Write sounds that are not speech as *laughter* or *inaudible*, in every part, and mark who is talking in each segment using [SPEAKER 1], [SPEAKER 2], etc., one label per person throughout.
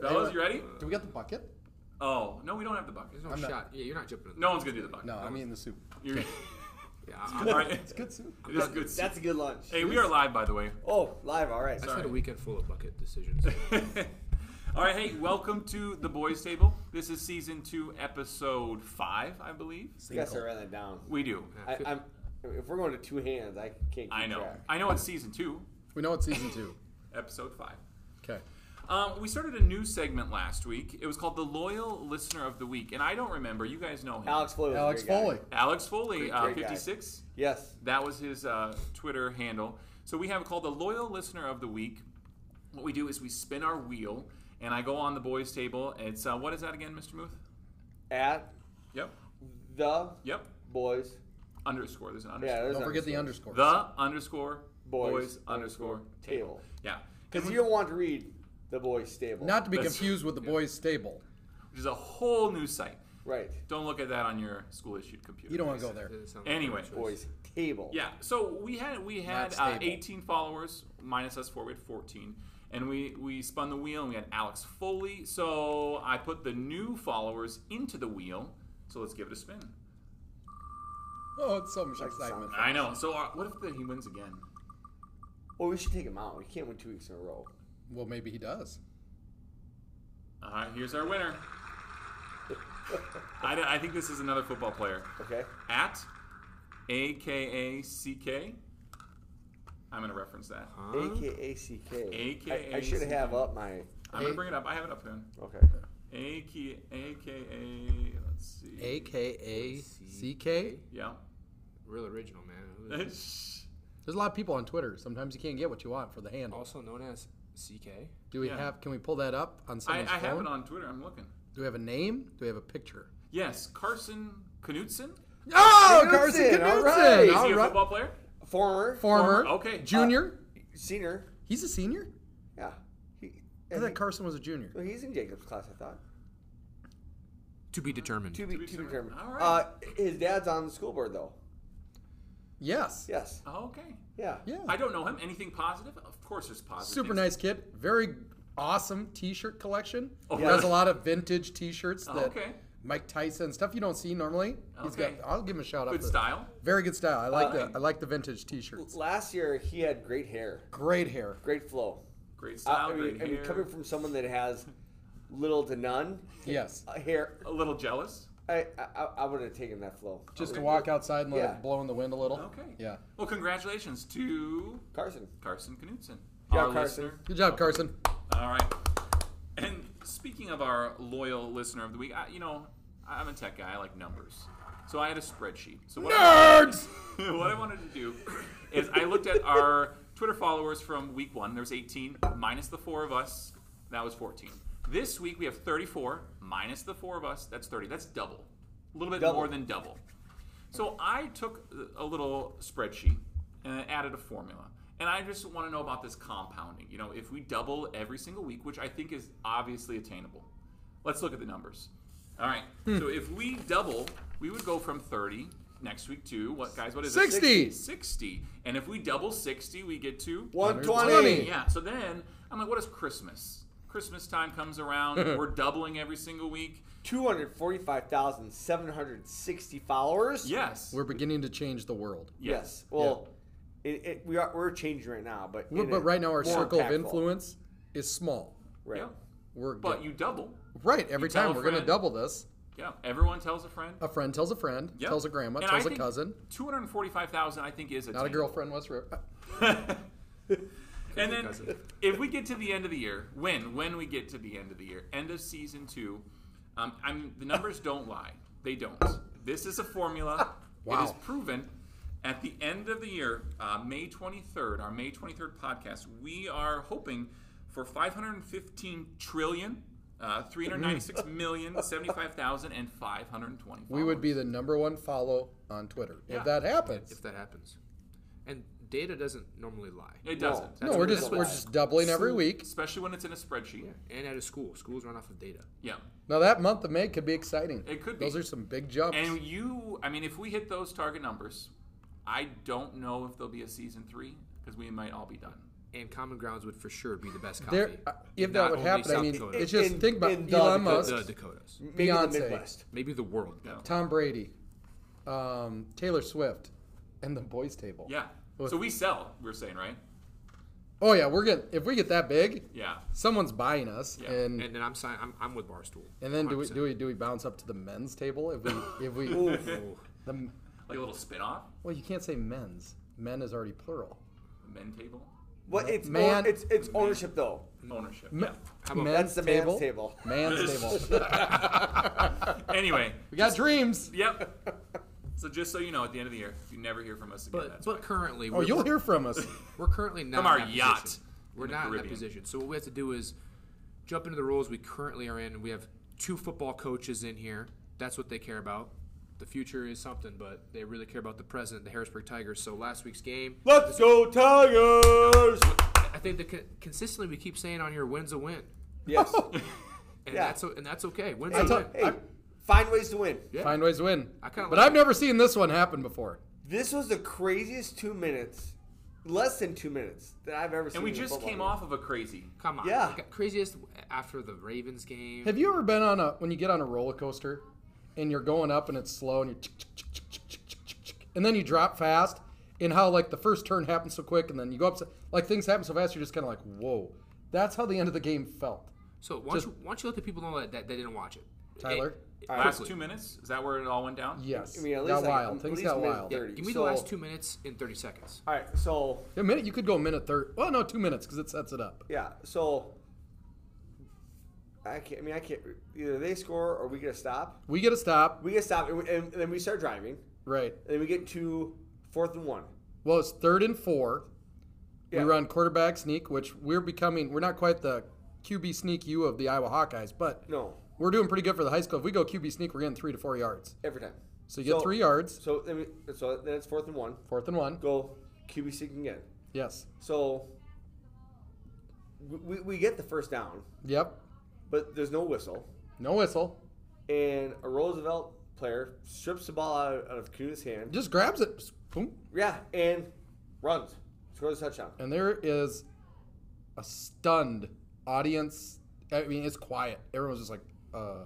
[SPEAKER 1] Do we get the bucket?
[SPEAKER 2] Oh no, we don't have the bucket.
[SPEAKER 3] There's no
[SPEAKER 1] I'm not-
[SPEAKER 3] shot. Yeah, you're not jumping. In the
[SPEAKER 2] No one's gonna do the bucket.
[SPEAKER 1] No, I mean the soup.
[SPEAKER 2] You're,
[SPEAKER 3] Yeah, I,
[SPEAKER 2] all right.
[SPEAKER 1] It's good soup.
[SPEAKER 2] It is good.
[SPEAKER 4] That's a good lunch.
[SPEAKER 2] hey, we are live by the way.
[SPEAKER 4] Oh, live. All right.
[SPEAKER 3] I just
[SPEAKER 4] Sorry.
[SPEAKER 3] had a weekend full of bucket decisions.
[SPEAKER 2] All right, hey, welcome to the boys' table. This is season two, episode five, I believe.
[SPEAKER 4] You guys are writing that down.
[SPEAKER 2] We do.
[SPEAKER 4] I, I'm. If we're going to two hands, I can't. Keep
[SPEAKER 2] I know.
[SPEAKER 4] Track.
[SPEAKER 2] I know it's season two,
[SPEAKER 1] We know it's season two.
[SPEAKER 2] episode five.
[SPEAKER 1] Okay.
[SPEAKER 2] Um, we started a new segment last week. It was called the Loyal Listener of the Week, and I don't remember. You guys know him,
[SPEAKER 4] Alex Foley. was a
[SPEAKER 1] Alex
[SPEAKER 4] great guy.
[SPEAKER 1] Foley.
[SPEAKER 2] Alex Foley, uh,
[SPEAKER 4] great guy.
[SPEAKER 2] fifty-six.
[SPEAKER 4] Yes.
[SPEAKER 2] That was his uh, Twitter handle. So we have called the Loyal Listener of the Week. What we do is we spin our wheel, and I go on the boys' table. It's uh, what is that again, Mr. Muth?
[SPEAKER 4] At
[SPEAKER 2] Yep.
[SPEAKER 4] the
[SPEAKER 2] Yep.
[SPEAKER 4] boys.
[SPEAKER 2] Underscore. There's an
[SPEAKER 4] Yeah.
[SPEAKER 2] underscore.
[SPEAKER 4] there's
[SPEAKER 1] Don't forget the
[SPEAKER 4] underscores.
[SPEAKER 1] underscore.
[SPEAKER 2] the underscore
[SPEAKER 4] Boys
[SPEAKER 2] boys underscore table.
[SPEAKER 4] table.
[SPEAKER 2] Yeah.
[SPEAKER 4] Because you don't want to read the boys' stable.
[SPEAKER 1] Not to be
[SPEAKER 2] That's-
[SPEAKER 1] confused with the boys' stable.
[SPEAKER 2] Which is a whole new site.
[SPEAKER 4] right.
[SPEAKER 2] Don't look at that on your school issued computer.
[SPEAKER 1] You don't want to go there.
[SPEAKER 2] Anyway.
[SPEAKER 4] Boys table.
[SPEAKER 2] Yeah. So we had we had
[SPEAKER 1] Not
[SPEAKER 2] uh,
[SPEAKER 1] stable.
[SPEAKER 2] 18 followers minus us four. We had 14, and we we spun the wheel and we had Alex Foley. So I put the new followers into the wheel. So let's give it a spin.
[SPEAKER 1] Oh, it's so much
[SPEAKER 4] Like
[SPEAKER 1] excitement.
[SPEAKER 4] sound.
[SPEAKER 2] I know. So our, what if the, he wins again?
[SPEAKER 4] Well, we should take him out. We can't win two weeks in a row.
[SPEAKER 1] Well, maybe he does.
[SPEAKER 2] All right. Uh-huh, Here's our winner. I, I think this is another football player
[SPEAKER 4] Okay.
[SPEAKER 2] at A K A C K. I'm gonna reference that.
[SPEAKER 4] A K A C K.
[SPEAKER 2] AKA.
[SPEAKER 4] I should have up my.
[SPEAKER 2] I'm gonna bring it up. I have it up here.
[SPEAKER 4] Okay.
[SPEAKER 2] A K A K A. Let's see.
[SPEAKER 1] K A C K.
[SPEAKER 2] Yeah.
[SPEAKER 3] Real original, man. Who is
[SPEAKER 2] That's
[SPEAKER 1] There's a lot of people on Twitter. Sometimes you can't get what you want for the
[SPEAKER 3] it?
[SPEAKER 1] handle.
[SPEAKER 3] also known as CK.
[SPEAKER 1] Do we
[SPEAKER 2] yeah.
[SPEAKER 1] have? Can we pull that up on
[SPEAKER 2] I,
[SPEAKER 1] someone's
[SPEAKER 2] I have
[SPEAKER 1] phone?
[SPEAKER 2] it on Twitter. I'm looking.
[SPEAKER 1] Do we have a name? Do we have a picture?
[SPEAKER 2] Yes, Carson Knutson.
[SPEAKER 1] Oh,
[SPEAKER 4] Knudsen,
[SPEAKER 1] Carson
[SPEAKER 4] all
[SPEAKER 1] Knudsen.
[SPEAKER 4] right.
[SPEAKER 2] Is
[SPEAKER 1] All
[SPEAKER 2] he a
[SPEAKER 1] right.
[SPEAKER 2] football player?
[SPEAKER 4] Former
[SPEAKER 1] Former.
[SPEAKER 2] Former, okay.
[SPEAKER 1] Junior.
[SPEAKER 4] senior.
[SPEAKER 1] he's a senior.
[SPEAKER 4] Yeah. He,
[SPEAKER 1] I thought Carson was a junior.
[SPEAKER 4] well, he's in Jacob's class, I thought.
[SPEAKER 3] To be determined.
[SPEAKER 4] To be, to be
[SPEAKER 2] determined.
[SPEAKER 4] determined.
[SPEAKER 2] All right.
[SPEAKER 4] Uh, his dad's on the school board, though.
[SPEAKER 1] Yes.
[SPEAKER 4] Yes.
[SPEAKER 2] Oh, okay.
[SPEAKER 4] Yeah.
[SPEAKER 1] Yeah.
[SPEAKER 2] I don't know him. Anything positive? Of course, there's positive.
[SPEAKER 1] Super
[SPEAKER 2] things.
[SPEAKER 1] nice kid. Very awesome T-shirt collection.
[SPEAKER 2] Oh,
[SPEAKER 1] He has a
[SPEAKER 2] really? Oh,
[SPEAKER 1] lot of vintage T-shirts that
[SPEAKER 2] Okay.
[SPEAKER 1] Mike Tyson stuff you don't see normally. He's
[SPEAKER 2] Okay.
[SPEAKER 1] got. I'll give him a shout out.
[SPEAKER 2] Good
[SPEAKER 1] for-
[SPEAKER 2] style. Uh,
[SPEAKER 1] Very good style. I like
[SPEAKER 2] Alright.
[SPEAKER 1] the I like the vintage T-shirts.
[SPEAKER 4] Last year, he had great hair,
[SPEAKER 1] Great hair.
[SPEAKER 4] great flow.
[SPEAKER 2] Great
[SPEAKER 4] Uh,
[SPEAKER 2] style.
[SPEAKER 4] I, mean,
[SPEAKER 2] great
[SPEAKER 4] I mean,
[SPEAKER 2] hair.
[SPEAKER 4] coming from someone that has little to
[SPEAKER 1] *laughs*
[SPEAKER 4] none
[SPEAKER 1] Yes.
[SPEAKER 4] uh, hair,
[SPEAKER 2] a little jealous.
[SPEAKER 4] I I, I would have taken that flow.
[SPEAKER 1] Just to walk outside and let
[SPEAKER 4] Yeah.
[SPEAKER 1] it blow in the wind a
[SPEAKER 4] Oh,
[SPEAKER 1] little.
[SPEAKER 2] Okay.
[SPEAKER 1] Yeah.
[SPEAKER 2] Well, congratulations to
[SPEAKER 4] Carson.
[SPEAKER 2] Carson Knutson,
[SPEAKER 4] Yeah,
[SPEAKER 2] our
[SPEAKER 4] Carson.
[SPEAKER 2] listener.
[SPEAKER 1] Good job, Carson.
[SPEAKER 2] All right. And speaking of our loyal listener of the week, I, you know, I'm a tech guy. I like numbers. So I had a spreadsheet. So what
[SPEAKER 1] Nerds!
[SPEAKER 2] I, *laughs* what I wanted to do is I looked at our Twitter followers from week one. There was 18 minus the four of us. That was 14. This week we have 34 minus the four of us. That's 30. That's double. A little bit
[SPEAKER 4] Double.
[SPEAKER 2] more than double. So I took a little spreadsheet and I added a formula. And I just want to know about this compounding. You know, if we double every single week, which I think is obviously attainable. Let's look at the numbers. All right.
[SPEAKER 4] Hmm.
[SPEAKER 2] So if we double, we would go from 30 next week to what guys, what is it?
[SPEAKER 1] 60.
[SPEAKER 2] 60. And if we double 60, we get to
[SPEAKER 4] 120.
[SPEAKER 2] yeah. So then I'm like, what is Christmas? Christmas time comes
[SPEAKER 4] *laughs*
[SPEAKER 2] around. we're doubling every single week.
[SPEAKER 4] 245,760 followers.
[SPEAKER 2] Yes.
[SPEAKER 1] We're beginning to change the world.
[SPEAKER 4] Yes. Well, It, it, we are we're changing right now, but
[SPEAKER 1] We're-
[SPEAKER 4] in a
[SPEAKER 1] but right now, our
[SPEAKER 4] more
[SPEAKER 1] circle
[SPEAKER 4] impactful-
[SPEAKER 1] of influence is small.
[SPEAKER 4] Right.
[SPEAKER 2] Yeah.
[SPEAKER 1] We're
[SPEAKER 2] But you double.
[SPEAKER 1] right every
[SPEAKER 2] you tell
[SPEAKER 1] time
[SPEAKER 2] a
[SPEAKER 1] we're going to
[SPEAKER 2] friend.
[SPEAKER 1] double this.
[SPEAKER 2] Yeah. Everyone tells a friend.
[SPEAKER 1] A friend tells a friend,
[SPEAKER 2] Yep.
[SPEAKER 1] tells a grandma,
[SPEAKER 2] And I
[SPEAKER 1] tells a
[SPEAKER 2] think
[SPEAKER 1] cousin.
[SPEAKER 2] 245,000, I think, is a
[SPEAKER 1] Not a girlfriend whatsoever.
[SPEAKER 2] And then
[SPEAKER 3] Cousin.
[SPEAKER 2] if we get to the end of the year, when when we get to the end of the year, end of season two, um, I'm the numbers don't lie. They don't. This is a
[SPEAKER 1] *laughs*
[SPEAKER 2] formula. It is
[SPEAKER 1] Wow.
[SPEAKER 2] proven. At the end of the year, uh, May 23rd, our May 23rd podcast, we are hoping for 515 trillion. Uh, 396 million, 75,000, and 520.
[SPEAKER 1] Mm. We would be the number one follow on Twitter
[SPEAKER 2] Yeah.
[SPEAKER 1] if that happens.
[SPEAKER 3] If that happens. And data doesn't normally lie.
[SPEAKER 2] It doesn't.
[SPEAKER 4] No.
[SPEAKER 2] That's
[SPEAKER 1] no, we're
[SPEAKER 2] what it
[SPEAKER 1] just
[SPEAKER 2] is.
[SPEAKER 1] we're just doubling every week.
[SPEAKER 2] Especially when it's in a spreadsheet.
[SPEAKER 3] And at a school. Schools run off of data.
[SPEAKER 2] yeah.
[SPEAKER 1] Now that month of May could be exciting.
[SPEAKER 2] It could
[SPEAKER 1] Those
[SPEAKER 2] be.
[SPEAKER 1] are some big jumps.
[SPEAKER 2] And you, I mean, if we hit those target numbers, I don't know if there'll be a season three because we might all be done.
[SPEAKER 3] and Common Grounds would for sure be the best copy.
[SPEAKER 1] There, uh, if
[SPEAKER 3] Not
[SPEAKER 1] that would
[SPEAKER 3] only
[SPEAKER 1] happen, I
[SPEAKER 3] South
[SPEAKER 1] mean,
[SPEAKER 3] Dakota.
[SPEAKER 1] it's just
[SPEAKER 4] In-
[SPEAKER 1] think about
[SPEAKER 4] in the
[SPEAKER 1] Elon
[SPEAKER 4] Dakotas.
[SPEAKER 1] Musk,
[SPEAKER 3] the Dakotas,
[SPEAKER 4] Maybe
[SPEAKER 1] Beyonce.
[SPEAKER 4] the Midwest.
[SPEAKER 3] maybe the world.
[SPEAKER 2] Yeah.
[SPEAKER 1] Tom Brady, um, Taylor Swift, and the boys' table.
[SPEAKER 2] Yeah. So we sell. We're saying right.
[SPEAKER 1] Oh yeah, we're getting if we get that big,
[SPEAKER 2] Yeah.
[SPEAKER 1] someone's buying us,
[SPEAKER 2] Yeah.
[SPEAKER 1] and
[SPEAKER 3] And then I'm sign. I'm, I'm with Barstool.
[SPEAKER 1] and then do we do we do we bounce up to the men's table if
[SPEAKER 2] *laughs*
[SPEAKER 1] we if we *laughs* the
[SPEAKER 2] Like a little spin-off.
[SPEAKER 1] well you can't say men's men is already plural.
[SPEAKER 2] Men table.
[SPEAKER 4] Well, it's
[SPEAKER 1] Man-
[SPEAKER 4] own- it's it's ownership though.
[SPEAKER 2] Ownership.
[SPEAKER 1] Me-
[SPEAKER 3] about-
[SPEAKER 4] That's
[SPEAKER 1] men's
[SPEAKER 4] the man's table.
[SPEAKER 1] Man's *laughs* table.
[SPEAKER 2] yeah. Anyway.
[SPEAKER 1] We got dreams.
[SPEAKER 2] Yep. So just so you know, at the end of the year, you never hear from us again.
[SPEAKER 3] But
[SPEAKER 2] That's
[SPEAKER 3] but currently,
[SPEAKER 1] Oh,
[SPEAKER 3] we're,
[SPEAKER 1] you'll
[SPEAKER 3] we're,
[SPEAKER 1] hear from us.
[SPEAKER 3] we're currently not
[SPEAKER 2] From our
[SPEAKER 3] in that
[SPEAKER 2] yacht
[SPEAKER 3] Position. We're
[SPEAKER 2] in the
[SPEAKER 3] not in that
[SPEAKER 2] Caribbean.
[SPEAKER 3] position. So what we have to do is jump into the roles we currently are in. and We have two football coaches in here. That's what they care about. The future is something, but they really care about the present, the Harrisburg Tigers. So last week's game,
[SPEAKER 4] Let's go Tigers!
[SPEAKER 3] I think that co- consistently we keep saying on here, "Wins a win,"
[SPEAKER 4] *laughs* Yes.
[SPEAKER 3] and
[SPEAKER 4] Yeah.
[SPEAKER 3] that's o- and that's okay. Wins
[SPEAKER 1] I
[SPEAKER 3] a
[SPEAKER 1] thought-
[SPEAKER 3] win.
[SPEAKER 4] hey, find ways to win.
[SPEAKER 3] Yeah.
[SPEAKER 1] *laughs* Find ways to win.
[SPEAKER 3] I kinda
[SPEAKER 1] but
[SPEAKER 3] like
[SPEAKER 1] I've never seen this one happen before.
[SPEAKER 4] This was the craziest two minutes, less than two minutes that I've ever seen.
[SPEAKER 2] and we
[SPEAKER 4] in a
[SPEAKER 2] just
[SPEAKER 4] football
[SPEAKER 2] came
[SPEAKER 4] game.
[SPEAKER 2] off of a crazy.
[SPEAKER 3] Come on,
[SPEAKER 4] Yeah.
[SPEAKER 3] We got craziest after the Ravens game.
[SPEAKER 1] Have you ever been on a when you get on a roller coaster and you're going up and it's slow and you are and then you drop fast and how like the first turn happens so quick and then you go up so- like things happen so fast you're just kind of like whoa that's how the end of the game felt
[SPEAKER 3] So why don't, you, why don't you let the people know that, that they didn't watch it?
[SPEAKER 1] Tyler?
[SPEAKER 3] Hey,
[SPEAKER 2] Last
[SPEAKER 3] quickly.
[SPEAKER 2] two minutes. Is that where it all went down?
[SPEAKER 1] yes
[SPEAKER 4] I mean, at least
[SPEAKER 1] got
[SPEAKER 4] like,
[SPEAKER 1] wild
[SPEAKER 4] at
[SPEAKER 1] things
[SPEAKER 4] least
[SPEAKER 1] got
[SPEAKER 4] minute
[SPEAKER 1] wild
[SPEAKER 4] 30.
[SPEAKER 3] Give me
[SPEAKER 4] So-
[SPEAKER 3] the last two minutes in 30 seconds.
[SPEAKER 4] All right, so
[SPEAKER 1] a minute you could go a minute thirty well no two minutes because it sets it up
[SPEAKER 4] yeah, so I can't. I mean, I can't. Either they score or we get a stop.
[SPEAKER 1] we get a stop
[SPEAKER 4] We get a stop, and, we, and then we start driving,
[SPEAKER 1] right
[SPEAKER 4] and then we get to fourth and one.
[SPEAKER 1] well it's third and four
[SPEAKER 4] Yeah.
[SPEAKER 1] we run quarterback sneak which we're becoming we're not quite the QB sneak you of the Iowa Hawkeyes but
[SPEAKER 4] No,
[SPEAKER 1] We're doing pretty good for the high school. If we go QB sneak, we're getting three to four yards.
[SPEAKER 4] every time.
[SPEAKER 1] So you get three yards,
[SPEAKER 4] So then, we, so then it's fourth and one.
[SPEAKER 1] fourth and one.
[SPEAKER 4] Go QB seeking again.
[SPEAKER 1] Yes.
[SPEAKER 4] So we, we get the first down,
[SPEAKER 1] Yep.
[SPEAKER 4] but there's no whistle.
[SPEAKER 1] No whistle.
[SPEAKER 4] And a Roosevelt player strips the ball out of, out of Kuda's hand.
[SPEAKER 1] Just grabs it. Boom.
[SPEAKER 4] Yeah, and runs. Scores a touchdown.
[SPEAKER 1] And there is a stunned audience. I mean, it's quiet. Everyone's just like, uh,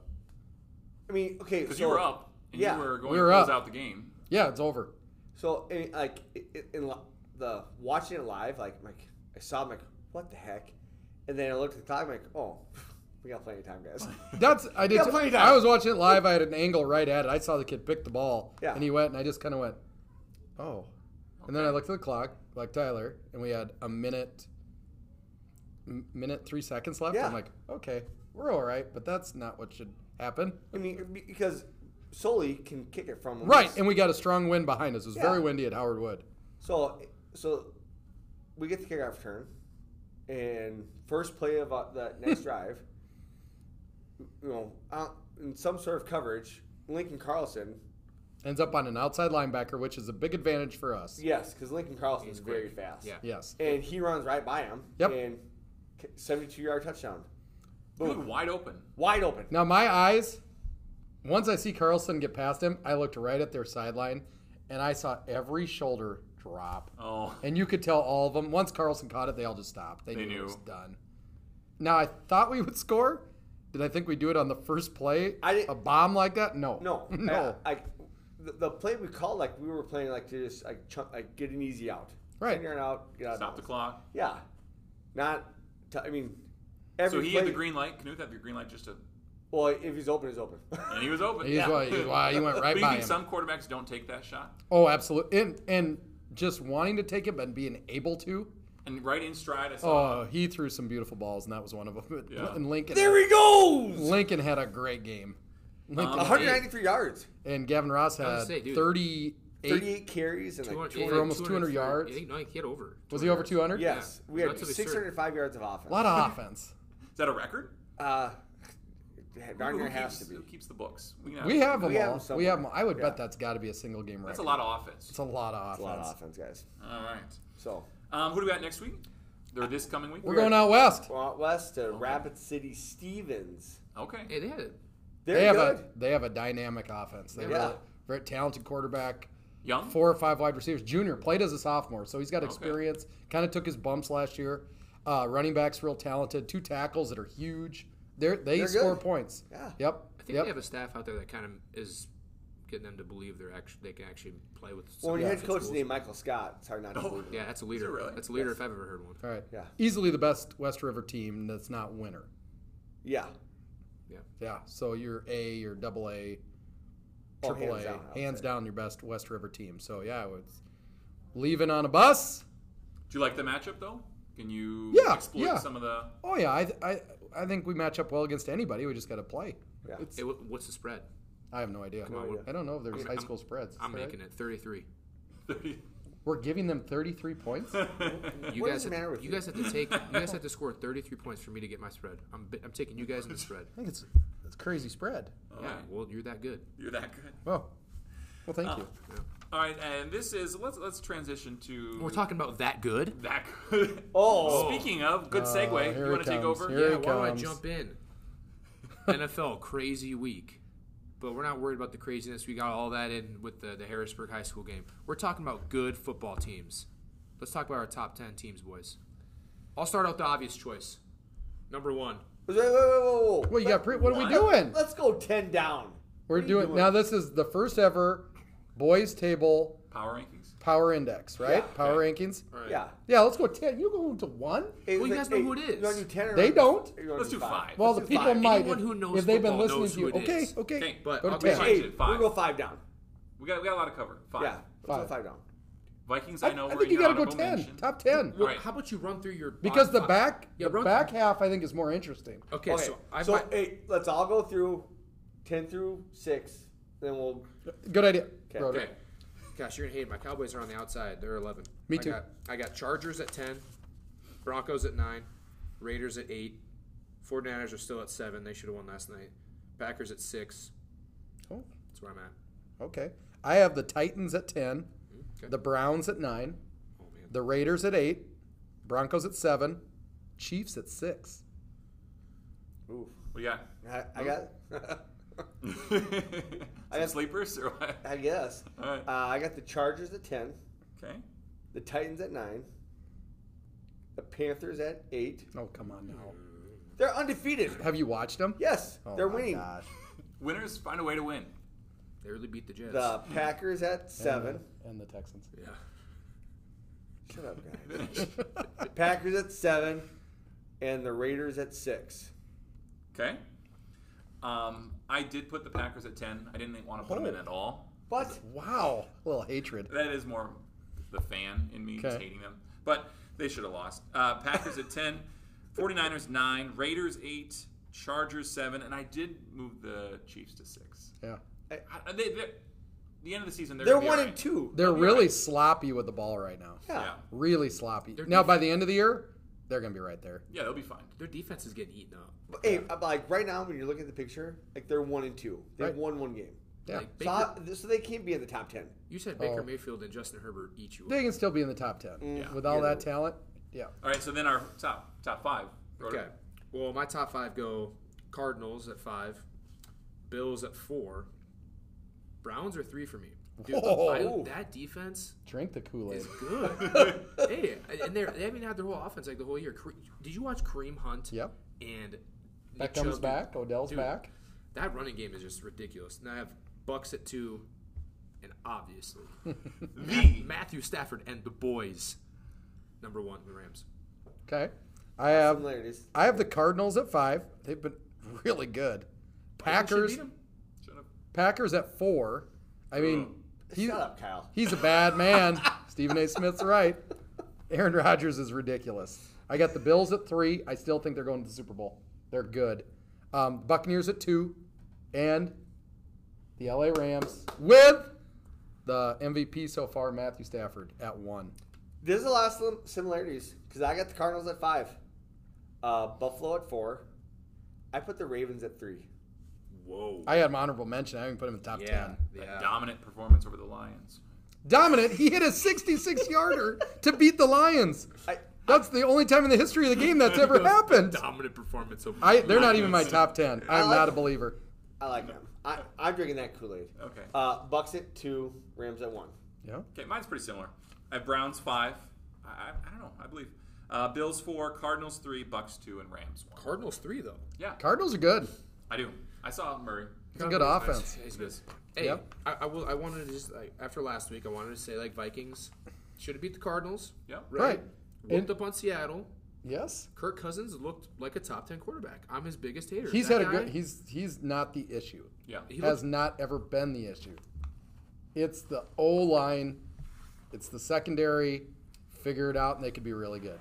[SPEAKER 4] I mean, okay.
[SPEAKER 2] Because
[SPEAKER 4] so,
[SPEAKER 2] you were up and
[SPEAKER 4] yeah,
[SPEAKER 2] you were going
[SPEAKER 1] we
[SPEAKER 2] to
[SPEAKER 1] were
[SPEAKER 2] close
[SPEAKER 1] up.
[SPEAKER 2] out the game.
[SPEAKER 1] yeah, it's over.
[SPEAKER 4] So, I mean, like, i- i- in, li the watching it live, like, like, I saw, I'm like, what the heck? And then I looked at the clock, I'm like, oh, *laughs* we got plenty of time,
[SPEAKER 2] *laughs*
[SPEAKER 4] guys.
[SPEAKER 1] That's I did.
[SPEAKER 4] Yeah, plenty of time.
[SPEAKER 1] I was watching it live. I had an angle right at it. I saw the kid pick the ball,
[SPEAKER 4] Yeah.
[SPEAKER 1] and he went, and I just kind of went, "Oh," and then I looked at the clock, like Tyler, and we had a minute, m- minute three seconds left.
[SPEAKER 4] Yeah.
[SPEAKER 1] I'm like, "Okay, we're all right," but that's not what should happen,
[SPEAKER 4] I mean, be- because Soli can kick it from
[SPEAKER 1] right? And we got a strong wind behind us. It was very
[SPEAKER 4] Yeah.
[SPEAKER 1] windy at Howard Wood.
[SPEAKER 4] So, so we get the kickoff return, and first play of uh, that next drive, you know, out in some sort of coverage, Lincoln Carlson.
[SPEAKER 1] Ends up on an outside linebacker, which is a big advantage for us.
[SPEAKER 4] Yes, because Lincoln Carlson is
[SPEAKER 3] He's
[SPEAKER 4] very
[SPEAKER 3] quick.
[SPEAKER 4] fast.
[SPEAKER 3] Yeah.
[SPEAKER 1] Yes,
[SPEAKER 4] and he runs right by him.
[SPEAKER 1] Yep.
[SPEAKER 4] and ki- seventy-two yard touchdown,
[SPEAKER 2] Dude, wide open.
[SPEAKER 4] wide open.
[SPEAKER 1] Now my eyes, once I see Carlson get past him, I looked right at their sideline, and I saw every shoulder drop,
[SPEAKER 2] Oh.
[SPEAKER 1] and you could tell all of them. Once Carlson caught it, they all just stopped. They,
[SPEAKER 2] They
[SPEAKER 1] knew, it
[SPEAKER 2] knew.
[SPEAKER 1] was done. Now I thought we would score. Did I think we do it on the first play?
[SPEAKER 4] I didn't-
[SPEAKER 1] a bomb like that? No.
[SPEAKER 4] No,
[SPEAKER 1] *laughs* no.
[SPEAKER 4] I, I- the, the play we called, like we were playing, like to just like chunk, like get an easy out.
[SPEAKER 1] Right.
[SPEAKER 4] Ten yard out. Get out. of
[SPEAKER 2] Stop the
[SPEAKER 4] bounds.
[SPEAKER 2] clock.
[SPEAKER 4] Yeah, not. T- I mean, every
[SPEAKER 2] So he
[SPEAKER 4] play,
[SPEAKER 2] had the green light. Knuth had the green light just to,
[SPEAKER 4] Well, if he's open, he's open. *laughs*
[SPEAKER 2] and he was open.
[SPEAKER 1] He's why- he's why he went
[SPEAKER 2] *laughs*
[SPEAKER 1] right
[SPEAKER 2] but you
[SPEAKER 1] by
[SPEAKER 2] think
[SPEAKER 1] him.
[SPEAKER 2] some quarterbacks don't take that shot?
[SPEAKER 1] oh, absolutely. And and just wanting to take it but being able to.
[SPEAKER 2] And right in stride, I saw.
[SPEAKER 1] Oh, he threw some beautiful balls, and that was one of them.
[SPEAKER 2] Yeah.
[SPEAKER 1] *laughs* And Lincoln,
[SPEAKER 4] there he goes.
[SPEAKER 1] Lincoln had a great game. Lincoln,
[SPEAKER 2] Um,
[SPEAKER 4] 193 yards,
[SPEAKER 1] and Gavin Ross
[SPEAKER 3] was
[SPEAKER 1] had
[SPEAKER 3] gonna say, dude.
[SPEAKER 1] 38.
[SPEAKER 4] 38 carries, and like
[SPEAKER 3] 200
[SPEAKER 4] two-
[SPEAKER 1] for almost 200
[SPEAKER 3] 230
[SPEAKER 1] yards.
[SPEAKER 3] I think- No, he had over.
[SPEAKER 1] Was he over 200?
[SPEAKER 3] 200 yards.
[SPEAKER 4] yes,
[SPEAKER 3] Yeah.
[SPEAKER 4] we had
[SPEAKER 3] That's absurd.
[SPEAKER 4] 605 yards of offense.
[SPEAKER 1] A lot of offense.
[SPEAKER 2] Is that a record?
[SPEAKER 4] Uh, darn
[SPEAKER 2] who,
[SPEAKER 4] near
[SPEAKER 2] who
[SPEAKER 4] has
[SPEAKER 2] keeps,
[SPEAKER 4] to be.
[SPEAKER 2] who keeps the books? We, can
[SPEAKER 1] We have them
[SPEAKER 4] We have
[SPEAKER 1] all.
[SPEAKER 4] 'em
[SPEAKER 1] we have them.
[SPEAKER 4] somewhere.
[SPEAKER 1] I would
[SPEAKER 4] Yeah.
[SPEAKER 1] bet that's got to be a single game record.
[SPEAKER 2] That's a lot of offense.
[SPEAKER 1] It's a lot of offense.
[SPEAKER 4] a lot of offense, guys.
[SPEAKER 2] All right.
[SPEAKER 4] So
[SPEAKER 2] Um, who do we got next week? Or this coming week?
[SPEAKER 1] We're going out west.
[SPEAKER 4] we're out west to Rapid City Stevens.
[SPEAKER 2] Okay.
[SPEAKER 3] Hey, they had it.
[SPEAKER 4] They're
[SPEAKER 1] They have
[SPEAKER 4] good.
[SPEAKER 1] a they have a dynamic offense. They
[SPEAKER 4] Yeah.
[SPEAKER 1] really very talented quarterback.
[SPEAKER 2] Young?
[SPEAKER 1] four or five wide receivers. Junior played as a sophomore, so he's got
[SPEAKER 2] Um, Okay.
[SPEAKER 1] experience. Kind of took his bumps last year. Uh, running backs real talented. Two tackles that are huge. They're, they
[SPEAKER 4] They're
[SPEAKER 1] score
[SPEAKER 4] good.
[SPEAKER 1] points.
[SPEAKER 4] Yeah.
[SPEAKER 1] Yep.
[SPEAKER 3] I think
[SPEAKER 1] yep.
[SPEAKER 3] they have a staff out there that kind of is getting them to believe they're actually they can actually play with. some
[SPEAKER 4] Well, when
[SPEAKER 3] of
[SPEAKER 4] your
[SPEAKER 3] these
[SPEAKER 4] head coach is
[SPEAKER 3] schools.
[SPEAKER 4] named Michael Scott, it's hard not to
[SPEAKER 2] Oh.
[SPEAKER 4] believe it.
[SPEAKER 3] Yeah, that's a leader.
[SPEAKER 2] really?
[SPEAKER 3] That's a leader if I've ever heard one.
[SPEAKER 1] All right.
[SPEAKER 4] Yeah.
[SPEAKER 1] Easily the best West River team that's not winner.
[SPEAKER 4] Yeah.
[SPEAKER 1] Yeah. So you're A, you're double A,
[SPEAKER 4] Oh,
[SPEAKER 1] triple
[SPEAKER 4] hands
[SPEAKER 1] A,
[SPEAKER 4] down, I would
[SPEAKER 1] hands
[SPEAKER 4] say.
[SPEAKER 1] down your best West River team. So yeah, it's leaving on a bus.
[SPEAKER 2] Do you like the matchup though? Can you
[SPEAKER 1] Yeah,
[SPEAKER 2] exploit
[SPEAKER 1] yeah.
[SPEAKER 2] some of the? *laughs*
[SPEAKER 1] Oh yeah, I I, I think we match up well against anybody. We just got to play.
[SPEAKER 4] Yeah.
[SPEAKER 1] It's-
[SPEAKER 3] Hey, what- what's the spread?
[SPEAKER 1] I have no idea.
[SPEAKER 4] No idea.
[SPEAKER 1] I don't know if there's
[SPEAKER 3] I'm-
[SPEAKER 1] high
[SPEAKER 3] I'm-
[SPEAKER 1] school spreads.
[SPEAKER 3] I'm
[SPEAKER 1] All right.
[SPEAKER 3] making it 33.
[SPEAKER 1] We're giving them
[SPEAKER 4] *laughs*
[SPEAKER 1] 33 points.
[SPEAKER 3] You
[SPEAKER 4] What is
[SPEAKER 3] guys,
[SPEAKER 4] the
[SPEAKER 3] have,
[SPEAKER 4] matter with
[SPEAKER 3] you
[SPEAKER 4] you?
[SPEAKER 3] guys have to take. You guys have to score 33 points for me to get my spread. I'm, bi- I'm taking you guys
[SPEAKER 2] *laughs*
[SPEAKER 3] in the spread.
[SPEAKER 1] I think it's it's crazy spread.
[SPEAKER 2] All
[SPEAKER 3] Yeah,
[SPEAKER 2] right.
[SPEAKER 3] well, you're that good.
[SPEAKER 2] You're that good.
[SPEAKER 1] Oh, well, thank you.
[SPEAKER 2] All right, and this is let's let's transition to
[SPEAKER 3] We're talking about that good.
[SPEAKER 2] that good.
[SPEAKER 4] Oh.
[SPEAKER 2] *laughs* speaking of good segue,
[SPEAKER 1] Uh,
[SPEAKER 2] you
[SPEAKER 1] here
[SPEAKER 2] want
[SPEAKER 1] it
[SPEAKER 2] to take
[SPEAKER 1] comes.
[SPEAKER 2] over?
[SPEAKER 1] Here
[SPEAKER 3] yeah,
[SPEAKER 1] it
[SPEAKER 3] why don't I
[SPEAKER 1] comes.
[SPEAKER 3] jump in? NFL *laughs* crazy week, but we're not worried about the craziness. We got all that in with the, the Harrisburg High School game. We're talking about good football teams. Let's talk about our top 10 teams, boys. I'll start out the obvious choice. Number one.
[SPEAKER 4] Wait, wait, wait, wait, wait.
[SPEAKER 1] Well, you got pre- what are we
[SPEAKER 4] Let-
[SPEAKER 1] doing?
[SPEAKER 4] Let's go 10 down. What
[SPEAKER 1] We're
[SPEAKER 4] are you
[SPEAKER 1] doing, now. This is the first ever boys table
[SPEAKER 2] Power rankings.
[SPEAKER 1] power index, right?
[SPEAKER 4] Yeah.
[SPEAKER 1] Power rankings.
[SPEAKER 3] All right.
[SPEAKER 4] Yeah.
[SPEAKER 1] Yeah, let's go 10. You go to one?
[SPEAKER 4] Hey,
[SPEAKER 3] Well, you
[SPEAKER 4] like,
[SPEAKER 3] guys know
[SPEAKER 4] hey,
[SPEAKER 3] who it is.
[SPEAKER 4] You want to do 10 or
[SPEAKER 1] They don't.
[SPEAKER 4] you wanna
[SPEAKER 2] Let's do five.
[SPEAKER 1] Well,
[SPEAKER 4] Let's
[SPEAKER 1] the
[SPEAKER 4] do
[SPEAKER 1] people
[SPEAKER 4] five.
[SPEAKER 1] might
[SPEAKER 3] Anyone who knows
[SPEAKER 1] if they've been
[SPEAKER 3] football
[SPEAKER 1] listening
[SPEAKER 3] knows
[SPEAKER 1] to you.
[SPEAKER 3] who it
[SPEAKER 1] Okay,
[SPEAKER 3] is.
[SPEAKER 1] okay.
[SPEAKER 2] Okay,
[SPEAKER 3] but
[SPEAKER 1] go to
[SPEAKER 3] I'll
[SPEAKER 1] 10.
[SPEAKER 3] be-
[SPEAKER 4] Hey,
[SPEAKER 2] Five.
[SPEAKER 4] we'll go five down.
[SPEAKER 2] We got we got a lot of cover. Five.
[SPEAKER 4] Yeah. Let's
[SPEAKER 1] Five.
[SPEAKER 4] go five down.
[SPEAKER 2] Vikings.
[SPEAKER 1] I,
[SPEAKER 2] I know.
[SPEAKER 1] I
[SPEAKER 2] were
[SPEAKER 1] think you
[SPEAKER 2] your
[SPEAKER 1] got to go
[SPEAKER 2] honorable
[SPEAKER 1] 10,
[SPEAKER 2] mention.
[SPEAKER 1] top 10.
[SPEAKER 3] Well,
[SPEAKER 2] All right.
[SPEAKER 3] How about you run through your
[SPEAKER 1] because the
[SPEAKER 3] bottom five?
[SPEAKER 1] back
[SPEAKER 3] Yeah,
[SPEAKER 1] the
[SPEAKER 3] run-
[SPEAKER 1] back half I think is more interesting.
[SPEAKER 3] Okay,
[SPEAKER 4] Okay.
[SPEAKER 3] so I
[SPEAKER 4] So,
[SPEAKER 3] might-
[SPEAKER 4] hey, let's all go through 10 through 6. Then we'll.
[SPEAKER 1] Good idea.
[SPEAKER 4] Okay.
[SPEAKER 1] Roder.
[SPEAKER 3] Okay. Gosh, you're gonna hate it. my Cowboys are on the outside. They're eleven.
[SPEAKER 1] Me
[SPEAKER 3] I
[SPEAKER 1] too.
[SPEAKER 3] Got, I got Chargers at ten, Broncos at nine, Raiders at eight, 49ers are still at seven. They should have won last night. Packers at six.
[SPEAKER 1] Oh,
[SPEAKER 3] That's where I'm at.
[SPEAKER 1] okay. I have the Titans at 10,
[SPEAKER 3] Okay.
[SPEAKER 1] the Browns at 9,
[SPEAKER 3] Oh man.
[SPEAKER 1] the Raiders at 8, Broncos at 7, Chiefs at 6.
[SPEAKER 4] Oof.
[SPEAKER 2] We
[SPEAKER 1] *laughs*
[SPEAKER 2] got.
[SPEAKER 4] I, I got. *laughs*
[SPEAKER 2] I
[SPEAKER 4] got-
[SPEAKER 2] sleepers or what?
[SPEAKER 4] I guess.
[SPEAKER 2] All right.
[SPEAKER 4] Uh, I got the Chargers at 10,
[SPEAKER 2] Okay.
[SPEAKER 4] the Titans at 9, the Panthers at 8.
[SPEAKER 1] Oh, come on
[SPEAKER 3] Hmm.
[SPEAKER 1] now.
[SPEAKER 4] They're undefeated.
[SPEAKER 1] Have you watched them?
[SPEAKER 4] Yes,
[SPEAKER 1] Oh
[SPEAKER 4] they're
[SPEAKER 1] my
[SPEAKER 4] winning.
[SPEAKER 1] gosh.
[SPEAKER 2] Winners find a way to win.
[SPEAKER 3] They really beat the Jets.
[SPEAKER 4] The Packers at 7.
[SPEAKER 1] And the Texans.
[SPEAKER 3] yeah.
[SPEAKER 4] Shut up, guys.
[SPEAKER 3] *laughs*
[SPEAKER 4] Packers at seven, and the Raiders at six.
[SPEAKER 2] Okay. Um, I did put the Packers at ten. I didn't want to put them in
[SPEAKER 1] Oh.
[SPEAKER 2] at all.
[SPEAKER 4] But
[SPEAKER 1] Wow. A little hatred.
[SPEAKER 2] That is more the fan in me is
[SPEAKER 1] Okay.
[SPEAKER 2] hating them. But they should have lost. Uh, Packers at 10, *laughs* 49ers 9, Raiders 8, Chargers 7, and I did move the Chiefs to 6.
[SPEAKER 1] Yeah.
[SPEAKER 2] I, they, they're- the end of the season, they're,
[SPEAKER 4] they're
[SPEAKER 2] gonna be
[SPEAKER 4] one
[SPEAKER 2] all
[SPEAKER 4] and
[SPEAKER 2] right.
[SPEAKER 4] two.
[SPEAKER 1] They're
[SPEAKER 2] be
[SPEAKER 1] really
[SPEAKER 2] right.
[SPEAKER 1] sloppy with the ball right now.
[SPEAKER 4] Yeah.
[SPEAKER 2] Yeah.
[SPEAKER 1] Really sloppy.
[SPEAKER 3] They're
[SPEAKER 1] Now
[SPEAKER 3] def-
[SPEAKER 1] by the end of the year, they're going to be right there.
[SPEAKER 2] Yeah, they'll be fine.
[SPEAKER 3] Their defense is getting eaten up.
[SPEAKER 4] But, hey, I'm like right now, when you're looking at the picture, like they're one and two. They've
[SPEAKER 1] Right.
[SPEAKER 4] won one game,
[SPEAKER 1] Yeah.
[SPEAKER 3] Like
[SPEAKER 4] so,
[SPEAKER 3] Baker,
[SPEAKER 4] I- so they can't be in the top ten.
[SPEAKER 3] you said Baker
[SPEAKER 1] Oh.
[SPEAKER 3] Mayfield and Justin Herbert eat you
[SPEAKER 1] They
[SPEAKER 3] up.
[SPEAKER 1] can still be in the top 10
[SPEAKER 2] Yeah.
[SPEAKER 1] with all
[SPEAKER 4] Yeah.
[SPEAKER 1] that talent. Yeah.
[SPEAKER 2] All right, so then our top top five. Or-
[SPEAKER 3] Okay. Well, my top five go Cardinals at five, Bills at four, Browns are three for me. Dude,
[SPEAKER 1] Whoa.
[SPEAKER 3] I- that defense
[SPEAKER 1] Drink the Kool-Aid.
[SPEAKER 3] is good.
[SPEAKER 1] *laughs*
[SPEAKER 3] hey, and they're, they haven't had their whole offense like the whole year. Kare- Did you watch Kareem Hunt?
[SPEAKER 1] Yep.
[SPEAKER 3] And Nick
[SPEAKER 1] That comes
[SPEAKER 3] Chubb?
[SPEAKER 1] back. Odell's
[SPEAKER 3] Dude,
[SPEAKER 1] back.
[SPEAKER 3] That running game is just ridiculous. And I have Bucks at two, and
[SPEAKER 1] *laughs*
[SPEAKER 3] obviously
[SPEAKER 2] The
[SPEAKER 3] Matthew Stafford and the boys. Number one, the Rams.
[SPEAKER 1] Okay. I have
[SPEAKER 4] Similarities.
[SPEAKER 1] I have the Cardinals at five. They've been really good. Packers
[SPEAKER 3] Should beat 'em.
[SPEAKER 2] Shut up.
[SPEAKER 1] Packers at four. I mean, he's,
[SPEAKER 4] Shut up, Kyle.
[SPEAKER 1] he's a bad man. *laughs* Stephen A. Smith's right. Aaron Rodgers is ridiculous. I got the Bills at three. I still think they're going to the Super Bowl. They're good. Um, Buccaneers at two, and the LA Rams with the MVP so far, Matthew Stafford at one.
[SPEAKER 4] There's a lot of sim- similarities because I got the Cardinals at five, uh, Buffalo at four. I put the Ravens at three.
[SPEAKER 3] Whoa.
[SPEAKER 1] I had him honorable mention. I even put him in the top
[SPEAKER 3] yeah.
[SPEAKER 1] ten.
[SPEAKER 3] Yeah.
[SPEAKER 2] dominant performance over the Lions.
[SPEAKER 1] Dominant. He hit a 66-yarder
[SPEAKER 3] *laughs*
[SPEAKER 1] to beat the Lions.
[SPEAKER 4] I,
[SPEAKER 1] That's the only time in the history of the game that's
[SPEAKER 3] *laughs*
[SPEAKER 1] ever happened.
[SPEAKER 3] Dominant performance. Over
[SPEAKER 1] I they're not even my top ten. I'm
[SPEAKER 4] like-
[SPEAKER 1] not a believer.
[SPEAKER 4] I like them. I, I'm drinking that Kool Aid.
[SPEAKER 2] Okay.
[SPEAKER 4] Uh, Bucks at two, Rams at one.
[SPEAKER 1] Yeah.
[SPEAKER 2] Okay, mine's pretty similar. I have Browns five. I, I, I don't know. I believe uh, Bills four, Cardinals three, Bucks two, and Rams one.
[SPEAKER 3] Cardinals three though.
[SPEAKER 2] Yeah,
[SPEAKER 1] Cardinals are good.
[SPEAKER 2] I do. I saw Murray.
[SPEAKER 1] It's a good
[SPEAKER 3] Cardinals,
[SPEAKER 1] offense.
[SPEAKER 3] nice. He's
[SPEAKER 2] It is.
[SPEAKER 3] good. Hey,
[SPEAKER 1] Yep.
[SPEAKER 3] I, I will. I wanted to just like after last week, I wanted to say like Vikings should have beat the Cardinals.
[SPEAKER 2] Yep.
[SPEAKER 1] Right.
[SPEAKER 3] Whooped
[SPEAKER 1] And-
[SPEAKER 3] up on Seattle.
[SPEAKER 1] Yes.
[SPEAKER 3] Kirk Cousins looked like a top ten quarterback. I'm his biggest hater.
[SPEAKER 1] He's
[SPEAKER 3] That
[SPEAKER 1] had a
[SPEAKER 3] guy-
[SPEAKER 1] good. He's he's not the issue.
[SPEAKER 2] Yeah.
[SPEAKER 3] He
[SPEAKER 1] has
[SPEAKER 3] looked-
[SPEAKER 1] not ever been the issue. It's the O line, it's the secondary. Figure it out, and they could be really good.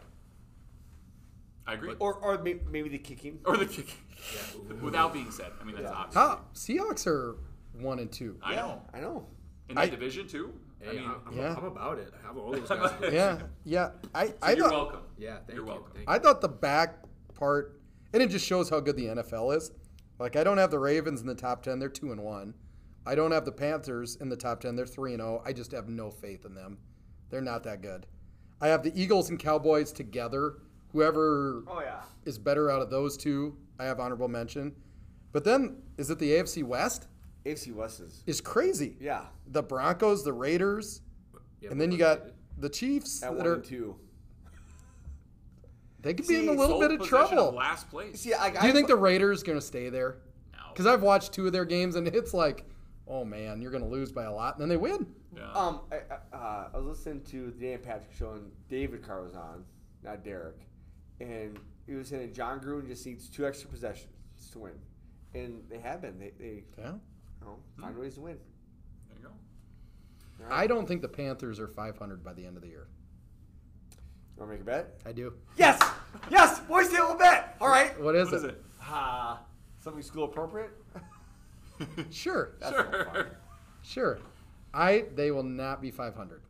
[SPEAKER 2] I agree. Or,
[SPEAKER 4] Or, or may- maybe the kicking.
[SPEAKER 2] the kick.
[SPEAKER 3] Yeah.
[SPEAKER 2] *laughs* Without being said, I mean that's
[SPEAKER 4] Yeah.
[SPEAKER 2] obvious.
[SPEAKER 1] How Seahawks are one and two.
[SPEAKER 2] I know.
[SPEAKER 4] I know.
[SPEAKER 2] In the
[SPEAKER 1] I-
[SPEAKER 2] division too.
[SPEAKER 3] Hey,
[SPEAKER 2] I mean,
[SPEAKER 3] I'm,
[SPEAKER 1] yeah.
[SPEAKER 3] I'm about it. I have all those guys.
[SPEAKER 2] *laughs*
[SPEAKER 1] Yeah, yeah. I
[SPEAKER 2] so
[SPEAKER 1] I
[SPEAKER 2] you're
[SPEAKER 1] thought
[SPEAKER 2] welcome.
[SPEAKER 3] Yeah, thank
[SPEAKER 2] you're
[SPEAKER 3] you,
[SPEAKER 2] welcome.
[SPEAKER 3] thank
[SPEAKER 1] I thought the back part, and it just shows how good the NFL is. Like I don't have the Ravens in the top ten; they're two and one. I don't have the Panthers in the top ten; they're three and zero. I just have no faith in them. They're not that good. I have the Eagles and Cowboys together. Whoever
[SPEAKER 4] Oh yeah.
[SPEAKER 1] is better out of those two. I have honorable mention. But then is it the AFC West?
[SPEAKER 4] AFC West is.
[SPEAKER 1] Is crazy.
[SPEAKER 4] Yeah.
[SPEAKER 1] The Broncos, the Raiders,
[SPEAKER 3] Yeah,
[SPEAKER 1] and then you got the Chiefs
[SPEAKER 4] At
[SPEAKER 1] that
[SPEAKER 4] one
[SPEAKER 1] are
[SPEAKER 4] and two.
[SPEAKER 1] they could
[SPEAKER 4] See,
[SPEAKER 1] be in a
[SPEAKER 2] Sole
[SPEAKER 1] little bit of
[SPEAKER 2] possession
[SPEAKER 1] trouble.
[SPEAKER 2] last place.
[SPEAKER 4] See, I,
[SPEAKER 1] Do
[SPEAKER 4] I-
[SPEAKER 1] you think the Raiders going to stay there?
[SPEAKER 2] No.
[SPEAKER 1] Because I've watched two of their games and it's like, oh man, you're going to lose by a lot, and then they win.
[SPEAKER 2] Yeah.
[SPEAKER 4] Um, I, I- uh, I was listening to the Dan Patrick show, and David Carr was on, not Derek, and he was saying that John Gruden just needs two extra possessions to win, and they have been. They, they
[SPEAKER 1] Yeah.
[SPEAKER 4] you know, find ways to win.
[SPEAKER 2] there you go.
[SPEAKER 1] I don't think the Panthers are 500 by the end of the year.
[SPEAKER 4] You want to make a bet?
[SPEAKER 1] I do.
[SPEAKER 4] *laughs* Yes, yes, boys, they will bet. All right.
[SPEAKER 1] What is,
[SPEAKER 2] What is
[SPEAKER 1] it?
[SPEAKER 2] it?
[SPEAKER 4] Ah, something school *laughs* appropriate.
[SPEAKER 2] *laughs*
[SPEAKER 1] Sure,
[SPEAKER 4] That's not fun.
[SPEAKER 2] Sure.
[SPEAKER 1] sure. I they will not be 500.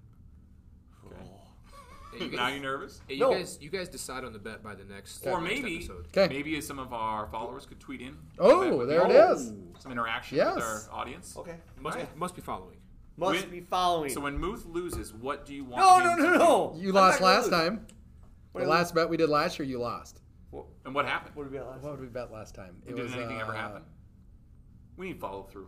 [SPEAKER 3] Hey,
[SPEAKER 2] *laughs*
[SPEAKER 3] you
[SPEAKER 2] now
[SPEAKER 3] guys,
[SPEAKER 2] you nervous?
[SPEAKER 3] hey, you
[SPEAKER 1] No.
[SPEAKER 3] guys, you guys decide on the bet by the next
[SPEAKER 2] Or
[SPEAKER 3] next
[SPEAKER 2] maybe,
[SPEAKER 3] episode.
[SPEAKER 1] Okay.
[SPEAKER 2] maybe some of our followers could tweet in.
[SPEAKER 1] Oh, there it is.
[SPEAKER 2] Some interaction with
[SPEAKER 1] Yes.
[SPEAKER 2] our audience.
[SPEAKER 4] Okay.
[SPEAKER 3] Must
[SPEAKER 2] Alright.
[SPEAKER 3] be, must be following.
[SPEAKER 4] Must
[SPEAKER 2] Win-
[SPEAKER 4] be following.
[SPEAKER 2] So when Muth loses, what do you want?
[SPEAKER 4] no, no,
[SPEAKER 2] him
[SPEAKER 4] no,
[SPEAKER 2] to do?
[SPEAKER 4] no.
[SPEAKER 1] You
[SPEAKER 4] I'm not
[SPEAKER 1] lost
[SPEAKER 4] gonna
[SPEAKER 1] last
[SPEAKER 4] lose.
[SPEAKER 1] time.
[SPEAKER 4] What
[SPEAKER 1] the
[SPEAKER 4] did-
[SPEAKER 1] last bet we did last year, you lost.
[SPEAKER 4] What,
[SPEAKER 2] And what happened?
[SPEAKER 4] what did we bet last?
[SPEAKER 1] What did we bet last time?
[SPEAKER 2] Did anything ever
[SPEAKER 1] uh,
[SPEAKER 2] happen? We need follow through.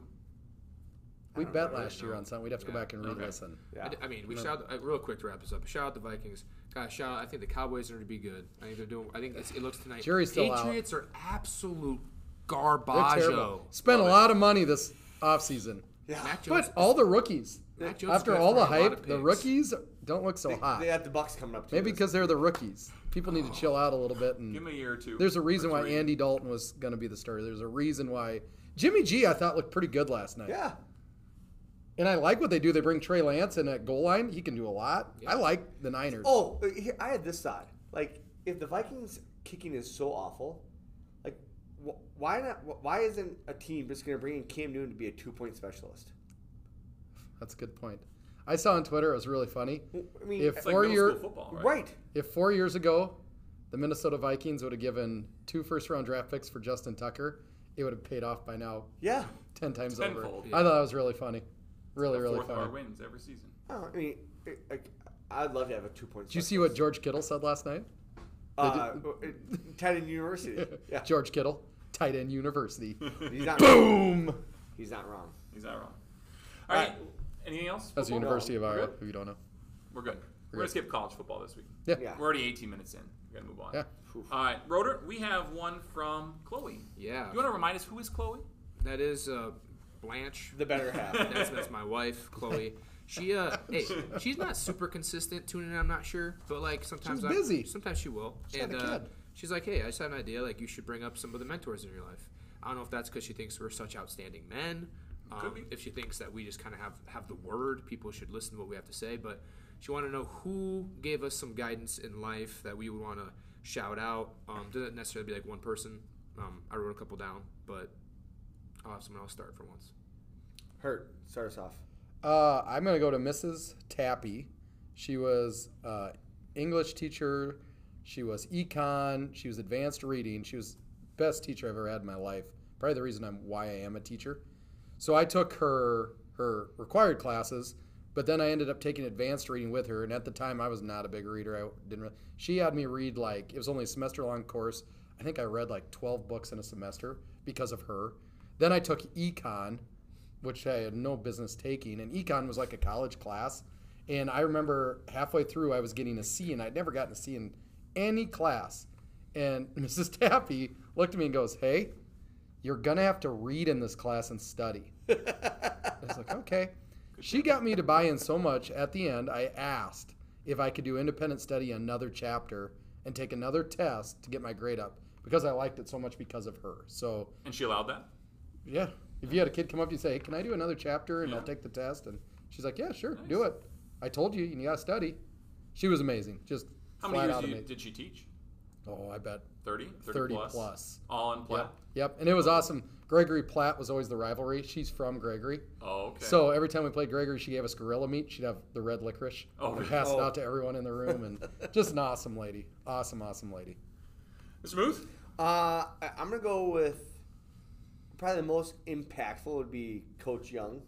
[SPEAKER 4] I
[SPEAKER 1] We
[SPEAKER 4] don't
[SPEAKER 1] bet
[SPEAKER 4] know,
[SPEAKER 1] last year on something. We'd have to go
[SPEAKER 3] Yeah.
[SPEAKER 1] back and
[SPEAKER 2] Okay.
[SPEAKER 1] re-listen.
[SPEAKER 4] Yeah.
[SPEAKER 3] I, d- I mean, we shout uh, real quick to wrap this up. Shout out the Vikings. Gosh, shout out. I think the Cowboys are going to be good. I think they're doing. I think it's, it looks tonight.
[SPEAKER 1] Jury's still out.
[SPEAKER 3] Patriots are absolute
[SPEAKER 1] They're
[SPEAKER 3] garbaggio.
[SPEAKER 1] terrible. Spent a lot of money this offseason.
[SPEAKER 4] yeah.
[SPEAKER 3] Mac Jones,
[SPEAKER 1] But all the rookies,
[SPEAKER 3] Mac Jones
[SPEAKER 1] after
[SPEAKER 3] could
[SPEAKER 1] all the
[SPEAKER 3] afford a lot
[SPEAKER 1] hype,
[SPEAKER 3] of
[SPEAKER 1] the
[SPEAKER 3] picks.
[SPEAKER 1] rookies don't look so
[SPEAKER 4] They,
[SPEAKER 1] hot.
[SPEAKER 4] they had the Bucks coming up. Too
[SPEAKER 1] Maybe
[SPEAKER 4] this-
[SPEAKER 1] because they're the rookies. People need to chill out a little bit.
[SPEAKER 2] Give him a
[SPEAKER 1] And
[SPEAKER 2] year or two.
[SPEAKER 1] there's a reason
[SPEAKER 2] Or
[SPEAKER 1] why
[SPEAKER 2] three.
[SPEAKER 1] Andy Dalton was going to be the starter. There's a reason why Jimmy G I thought looked pretty good last night.
[SPEAKER 4] yeah.
[SPEAKER 1] And I like what they do. They bring Trey Lance in at goal line. He can do a lot. I like the Niners.
[SPEAKER 4] Oh, uh, here- I had this thought. Like, if the Vikings kicking is so awful, like, wh- why not? wh- Why isn't a team just going to bring in Cam Newton to be a two point specialist?
[SPEAKER 1] That's a good point. I saw on Twitter, it was really funny.
[SPEAKER 4] I mean,
[SPEAKER 1] If
[SPEAKER 4] uh,
[SPEAKER 2] It's like
[SPEAKER 1] four
[SPEAKER 2] middle
[SPEAKER 1] year
[SPEAKER 2] school football, right?
[SPEAKER 4] right.
[SPEAKER 1] if four years ago the Minnesota Vikings would have given two first round draft picks for Justin Tucker, it would have paid off by now
[SPEAKER 4] Yeah.
[SPEAKER 1] ten times
[SPEAKER 2] Tenfold.
[SPEAKER 1] over. I thought that was really funny. Really,
[SPEAKER 2] The
[SPEAKER 1] really
[SPEAKER 2] fourth bar
[SPEAKER 1] funny.
[SPEAKER 2] wins every season.
[SPEAKER 4] I, don't know, Oh, I mean, it, like, I'd love to have a two point.
[SPEAKER 1] Did you see what George Kittle said last night?
[SPEAKER 4] Uh, uh, tight end
[SPEAKER 1] *laughs*
[SPEAKER 4] university. Yeah.
[SPEAKER 1] George Kittle, tight
[SPEAKER 4] *laughs*
[SPEAKER 1] end university.
[SPEAKER 4] He's not.
[SPEAKER 1] Boom!
[SPEAKER 4] He's not wrong.
[SPEAKER 2] He's not wrong. All
[SPEAKER 4] All
[SPEAKER 2] right.
[SPEAKER 4] right.
[SPEAKER 2] Anything else?
[SPEAKER 1] That's the
[SPEAKER 2] Football?
[SPEAKER 1] University of
[SPEAKER 2] We're
[SPEAKER 1] Iowa,
[SPEAKER 2] good.
[SPEAKER 1] if you don't know.
[SPEAKER 2] We're good. We're
[SPEAKER 1] We're
[SPEAKER 2] gonna
[SPEAKER 1] good.
[SPEAKER 2] skip college football this week.
[SPEAKER 1] Yeah.
[SPEAKER 4] Yeah.
[SPEAKER 2] We're already 18 minutes in. We gotta move on.
[SPEAKER 1] Yeah.
[SPEAKER 2] All right, Roder, we have one from Chloe.
[SPEAKER 3] Yeah.
[SPEAKER 2] You want to remind us who is Chloe?
[SPEAKER 3] that is uh, Blanche.
[SPEAKER 4] The better
[SPEAKER 3] *laughs*
[SPEAKER 4] half.
[SPEAKER 3] That's, that's my wife, Chloe. She uh, hey, she's not super consistent tuning in. I'm not sure, but like sometimes
[SPEAKER 1] She's
[SPEAKER 3] I-
[SPEAKER 1] busy.
[SPEAKER 3] sometimes she will.
[SPEAKER 1] She's
[SPEAKER 3] and
[SPEAKER 1] got a
[SPEAKER 3] uh,
[SPEAKER 1] kid.
[SPEAKER 3] she's like, hey, I just had an idea. Like you should bring up some of the mentors in your life. I don't know if that's because she thinks we're such outstanding men.
[SPEAKER 2] Could
[SPEAKER 3] Um,
[SPEAKER 2] be.
[SPEAKER 3] if she thinks that we just kind of have have the word, people should listen to what we have to say. But she wanted to know who gave us some guidance in life that we would want to shout out. Um, doesn't necessarily be like one person. Um, I wrote a couple down, but I'll have someone else start for once.
[SPEAKER 4] Hurt. Start us off.
[SPEAKER 1] Uh, I'm going to go to Mrs. Tappy. She was uh, English teacher. She was econ. She was advanced reading. She was best teacher I've ever had in my life. Probably the reason I'm why I am a teacher. So I took her her required classes, but then I ended up taking advanced reading with her. And at the time, I was not a big reader. I didn't. Really, she had me read like it was only a semester long course. I think I read like 12 books in a semester because of her. Then I took econ, which I had no business taking. And econ was like a college class, And I remember halfway through, I was getting a C, and I'd never gotten a C in any class. And *laughs* Mrs. Taffy looked at me and goes, Hey, you're going to have to read in this class
[SPEAKER 2] *laughs*
[SPEAKER 1] and study. I was like, Okay. She got me to buy in so much at the end, I asked if I could do independent study another chapter and take another test to get my grade up because I liked it so much because of her. So,
[SPEAKER 2] And she allowed that.
[SPEAKER 1] yeah. If you had a kid come up to you and say, hey, can I do another chapter and I'll
[SPEAKER 2] Yeah.
[SPEAKER 1] take the test? And she's like, yeah, sure, do it. I told you, you got to study. She was amazing. Just
[SPEAKER 2] How many
[SPEAKER 1] flat
[SPEAKER 2] years
[SPEAKER 1] out
[SPEAKER 2] do you-
[SPEAKER 1] amazing.
[SPEAKER 2] did she teach?
[SPEAKER 1] Oh, I bet.
[SPEAKER 2] 30? 30,
[SPEAKER 1] 30
[SPEAKER 2] plus.
[SPEAKER 1] plus.
[SPEAKER 2] All in play.
[SPEAKER 1] Yep. Yep. And it was awesome. Gregory Platt was always the rivalry. She's from Gregory.
[SPEAKER 2] Oh, okay.
[SPEAKER 1] So every time we played Gregory, she gave us gorilla meat. She'd have the red licorice.
[SPEAKER 2] Oh,
[SPEAKER 1] and pass it
[SPEAKER 4] oh.
[SPEAKER 1] out to everyone in the room.
[SPEAKER 2] *laughs*
[SPEAKER 1] And just an awesome lady. Awesome, awesome lady.
[SPEAKER 2] Smooth?
[SPEAKER 4] Uh, I, I'm gonna go with probably the most impactful would be Coach Young,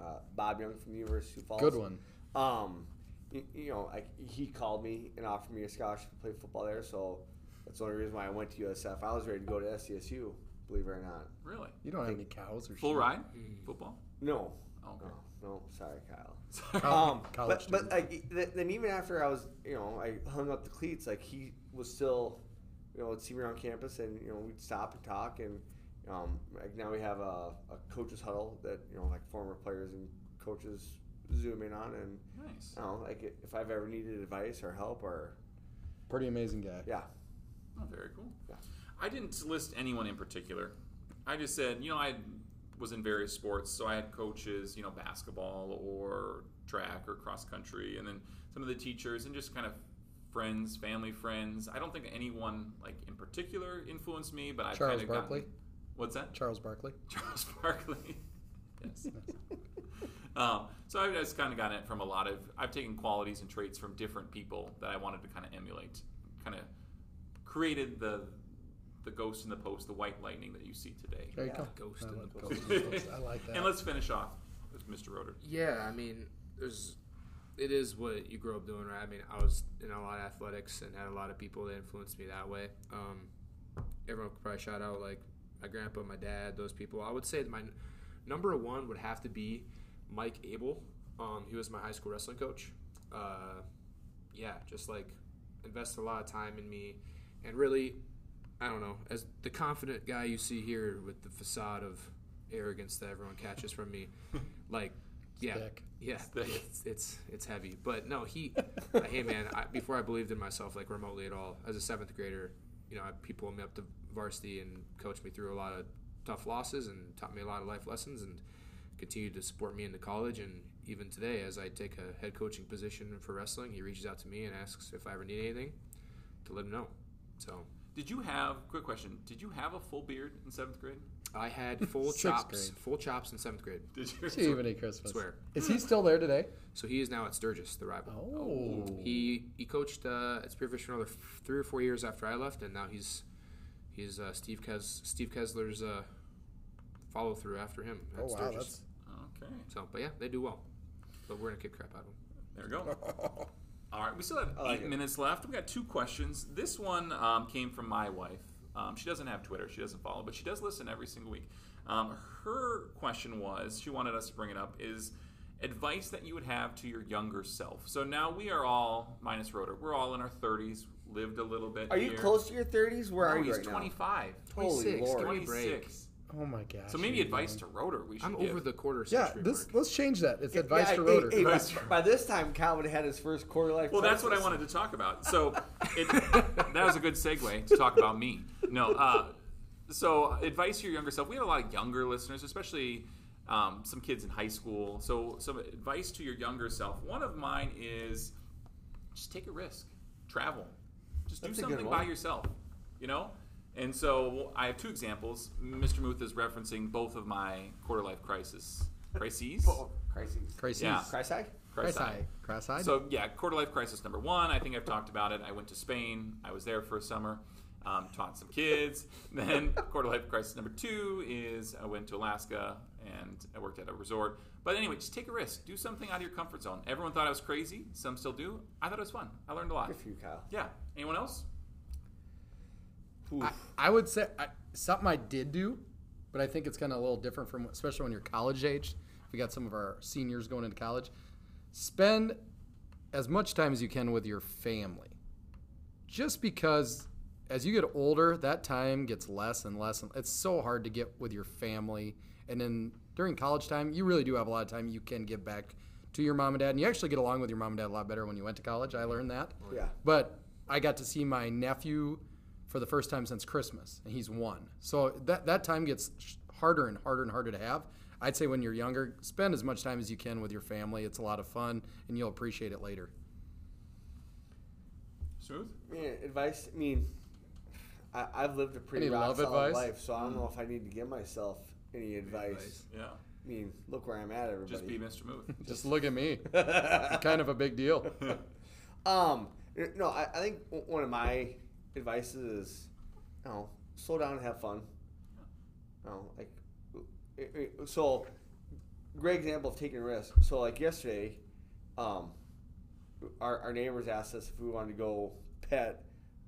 [SPEAKER 4] uh, Bob Young from the University of Sioux Falls.
[SPEAKER 1] Good one.
[SPEAKER 4] Um, you, you know, I, he called me and offered me a scholarship to play football there, so that's the only reason why I went to USF. I was ready to go to SDSU, believe it or not.
[SPEAKER 2] Really?
[SPEAKER 1] You don't have any cows or
[SPEAKER 2] Full
[SPEAKER 1] sheep.
[SPEAKER 2] ride? Football?
[SPEAKER 4] No,
[SPEAKER 2] Oh, okay. *laughs*
[SPEAKER 4] no, no, sorry, Kyle.
[SPEAKER 1] Col-
[SPEAKER 4] Um,
[SPEAKER 1] college
[SPEAKER 4] but, but
[SPEAKER 1] student.
[SPEAKER 4] like th- then even after I was you know I hung up the cleats like he was still you know would see me around campus and you know we'd stop and talk and um, like now we have a, a coaches huddle that you know like former players and coaches zoom in on and
[SPEAKER 2] Nice.
[SPEAKER 4] you know like if I've ever needed advice or help or
[SPEAKER 1] Pretty amazing guy.
[SPEAKER 4] yeah
[SPEAKER 2] Oh, very cool.
[SPEAKER 4] Yeah.
[SPEAKER 2] I didn't list anyone in particular. I just said, you know, I was in various sports, so I had coaches, you know, basketball or track or cross country, and then some of the teachers and just kind of friends, family friends. I don't think anyone like in particular influenced me, but I
[SPEAKER 1] Charles
[SPEAKER 2] kind of
[SPEAKER 1] Barkley?
[SPEAKER 2] What's that?
[SPEAKER 1] Charles Barkley.
[SPEAKER 2] Charles *laughs* Barkley. yes. um, so I've just kind of gotten it from a lot of. I've taken qualities and traits from different people that I wanted to kind of emulate. Kind of created the the ghost in the post, the white lightning that you see today.
[SPEAKER 1] There
[SPEAKER 4] Yeah.
[SPEAKER 1] you go.
[SPEAKER 3] Ghost
[SPEAKER 1] I
[SPEAKER 3] in
[SPEAKER 1] like
[SPEAKER 3] the
[SPEAKER 1] ghost in the post. I like that.
[SPEAKER 2] and let's finish off with Mr. Roder.
[SPEAKER 3] Yeah, I mean, there's it is what you grow up doing, right? I mean, I was in a lot of athletics and had a lot of people that influenced me that way. Um, everyone could probably shout out like my grandpa, my dad, those people. I would say that my n- number one would have to be Mike Abel. Um, he was my high school wrestling coach. Uh, yeah, just like invested a lot of time in me, and really, I don't know, as the confident guy you see here with the facade of arrogance that everyone catches from me, like, yeah,
[SPEAKER 1] thick.
[SPEAKER 3] yeah,
[SPEAKER 2] thick.
[SPEAKER 3] it's, it's it's heavy. But no, he, uh, hey man, I, before I believed in myself like remotely at all, as a seventh grader, you know, I- he pulled me up to varsity and coached me through a lot of tough losses and taught me a lot of life lessons and continued to support me into college and even today as I take a head coaching position for wrestling, he reaches out to me and asks if I ever need anything to let him know. So
[SPEAKER 2] Did you have quick question? Did you have a full beard in seventh grade?
[SPEAKER 3] I had full
[SPEAKER 1] Sixth
[SPEAKER 3] chops,
[SPEAKER 1] grade.
[SPEAKER 3] full chops in seventh grade.
[SPEAKER 2] Did *laughs* you?
[SPEAKER 1] Even at Christmas.
[SPEAKER 3] Swear.
[SPEAKER 1] Is he still there today?
[SPEAKER 3] So he is now at Sturgis, the rival.
[SPEAKER 1] Oh.
[SPEAKER 3] He he coached uh, at Spearfish for another f- three or four years after I left, and now he's he's uh, Steve Kes- Steve Kesler's uh, follow through after him at
[SPEAKER 1] Oh wow,
[SPEAKER 3] Sturgis.
[SPEAKER 1] that's
[SPEAKER 2] Okay,
[SPEAKER 3] So, but yeah, they do well. But we're gonna kick crap out of them.
[SPEAKER 2] there we go.
[SPEAKER 4] *laughs*
[SPEAKER 2] All right, we still have
[SPEAKER 4] I like
[SPEAKER 2] eight
[SPEAKER 4] it.
[SPEAKER 2] minutes left. We got two questions. This one um, came from my wife. Um, she doesn't have Twitter, she doesn't follow, but she does listen every single week. Um, her question was she wanted us to bring it up is advice that you would have to your younger self. So now we are all, minus Rotor, we're all in our 30s, lived a little bit.
[SPEAKER 4] are you
[SPEAKER 2] here.
[SPEAKER 4] close to your 30s where
[SPEAKER 2] No,
[SPEAKER 4] are you
[SPEAKER 2] he's
[SPEAKER 4] right
[SPEAKER 2] 25.
[SPEAKER 4] Holy
[SPEAKER 3] 26,
[SPEAKER 4] Lord.
[SPEAKER 3] give me a break.
[SPEAKER 2] 26.
[SPEAKER 1] oh my gosh.
[SPEAKER 2] So maybe advice to Rotor we should
[SPEAKER 3] I'm
[SPEAKER 2] give.
[SPEAKER 3] over the quarter
[SPEAKER 1] Yeah,
[SPEAKER 3] century
[SPEAKER 1] this
[SPEAKER 3] mark.
[SPEAKER 1] let's change that. It's
[SPEAKER 4] now
[SPEAKER 1] advice
[SPEAKER 4] Yeah,
[SPEAKER 1] to
[SPEAKER 4] hey,
[SPEAKER 1] Roder.
[SPEAKER 4] hey, by,
[SPEAKER 2] Advice to-
[SPEAKER 4] by this time Calvin had his first quarter life
[SPEAKER 2] Well, that's what I
[SPEAKER 4] crisis.
[SPEAKER 2] wanted to talk about. So it, that was a good segue to talk about me. No, uh, so advice to your younger self. We have a lot of younger listeners, especially um, some kids in high school. So some advice to your younger self. One of mine is just take a risk, travel, just
[SPEAKER 4] That's a
[SPEAKER 2] do
[SPEAKER 4] good
[SPEAKER 2] something
[SPEAKER 4] one.
[SPEAKER 2] by yourself. You know. And so I have two examples. Mr. Muth is referencing both of my quarter life crisis crises.
[SPEAKER 4] Oh, crises
[SPEAKER 1] Crises.
[SPEAKER 2] Yeah.
[SPEAKER 4] crisis
[SPEAKER 1] Christ
[SPEAKER 2] Crisis.
[SPEAKER 1] high. Christ high.
[SPEAKER 2] So yeah, quarter life crisis number one. I think I've talked about it. I went to Spain. I was there for a summer, um, taught some kids. *laughs* Then quarter life crisis number two is I went to Alaska and I worked at a resort. But anyway, just take a risk. Do something out of your comfort zone. Everyone thought I was crazy. Some still do. I thought it was fun. I learned a lot.
[SPEAKER 4] good for you Kyle
[SPEAKER 2] Yeah. Anyone else?
[SPEAKER 4] Oof.
[SPEAKER 1] I, I would say I, something I did do, but I think it's kind of a little different from especially when you're college age. We got some of our seniors going into college. Spend as much time as you can with your family. Just because as you get older, that time gets less and less. And it's so hard to get with your family. And then during college time, you really do have a lot of time you can give back to your mom and dad. And you actually get along with your mom and dad a lot better when you went to college. I learned that.
[SPEAKER 4] Yeah.
[SPEAKER 1] But I got to see my nephew for the first time since Christmas, and he's one. So that that time gets sh- harder and harder and harder to have. I'd say when you're younger, spend as much time as you can with your family. It's a lot of fun, and you'll appreciate it later.
[SPEAKER 2] Smooth.
[SPEAKER 4] Man, advice. I mean, I, I've lived a pretty
[SPEAKER 1] Any
[SPEAKER 4] rock
[SPEAKER 1] love
[SPEAKER 4] solid
[SPEAKER 1] advice?
[SPEAKER 4] life, so I
[SPEAKER 2] Hmm.
[SPEAKER 4] don't know if I need to give myself any advice.
[SPEAKER 3] advice?
[SPEAKER 2] Yeah.
[SPEAKER 4] I mean, look where I'm at, everybody.
[SPEAKER 2] Just be Mr. Smooth. *laughs*
[SPEAKER 1] Just look at me.
[SPEAKER 4] *laughs*
[SPEAKER 1] kind of a big deal.
[SPEAKER 4] Um, no, I, I think o- one of my advices is, you know, slow down and have fun. You know, like, it- it- so, great example of taking risks. So, like yesterday, um, our, our neighbors asked us if we wanted to go pet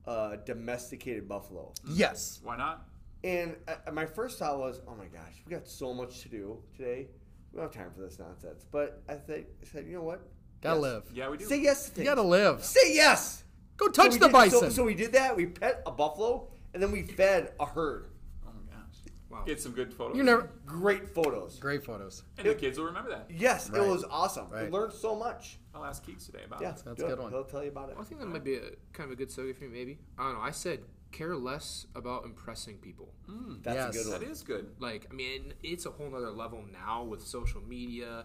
[SPEAKER 4] a domesticated buffalo.
[SPEAKER 1] *laughs* Yes.
[SPEAKER 2] Why not?
[SPEAKER 4] And uh, my first thought was, oh my gosh, we got so much to do today. We don't have time for this nonsense. But I said, said you know what?
[SPEAKER 1] Gotta
[SPEAKER 4] Yes.
[SPEAKER 1] live.
[SPEAKER 2] Yeah, we do.
[SPEAKER 4] Say yes to
[SPEAKER 1] You
[SPEAKER 4] things.
[SPEAKER 1] gotta live.
[SPEAKER 4] Say yes.
[SPEAKER 1] Go
[SPEAKER 4] So
[SPEAKER 1] touch
[SPEAKER 4] we
[SPEAKER 1] the
[SPEAKER 4] did-
[SPEAKER 1] bison.
[SPEAKER 4] So, so we did that. We pet a buffalo, and then we fed a herd.
[SPEAKER 2] Oh my gosh.
[SPEAKER 3] Wow.
[SPEAKER 2] Get some good photos.
[SPEAKER 1] you never.
[SPEAKER 4] Great photos.
[SPEAKER 1] Great photos.
[SPEAKER 2] and the kids will remember that.
[SPEAKER 4] Yes,
[SPEAKER 1] Right.
[SPEAKER 4] it was awesome.
[SPEAKER 1] Right.
[SPEAKER 4] We learned so much.
[SPEAKER 2] I'll ask Keeks today about
[SPEAKER 4] Yeah,
[SPEAKER 2] it.
[SPEAKER 1] a
[SPEAKER 4] do
[SPEAKER 1] good
[SPEAKER 4] it.
[SPEAKER 1] one.
[SPEAKER 4] He'll tell you about it.
[SPEAKER 3] I think that might be a kind of a good segue for me. Maybe I don't know. I said care less about impressing people.
[SPEAKER 2] Mm-hmm.
[SPEAKER 4] That's
[SPEAKER 1] Yes.
[SPEAKER 4] a good
[SPEAKER 2] That
[SPEAKER 4] one.
[SPEAKER 2] is good.
[SPEAKER 3] Like I mean, it's a whole nother level now with social media.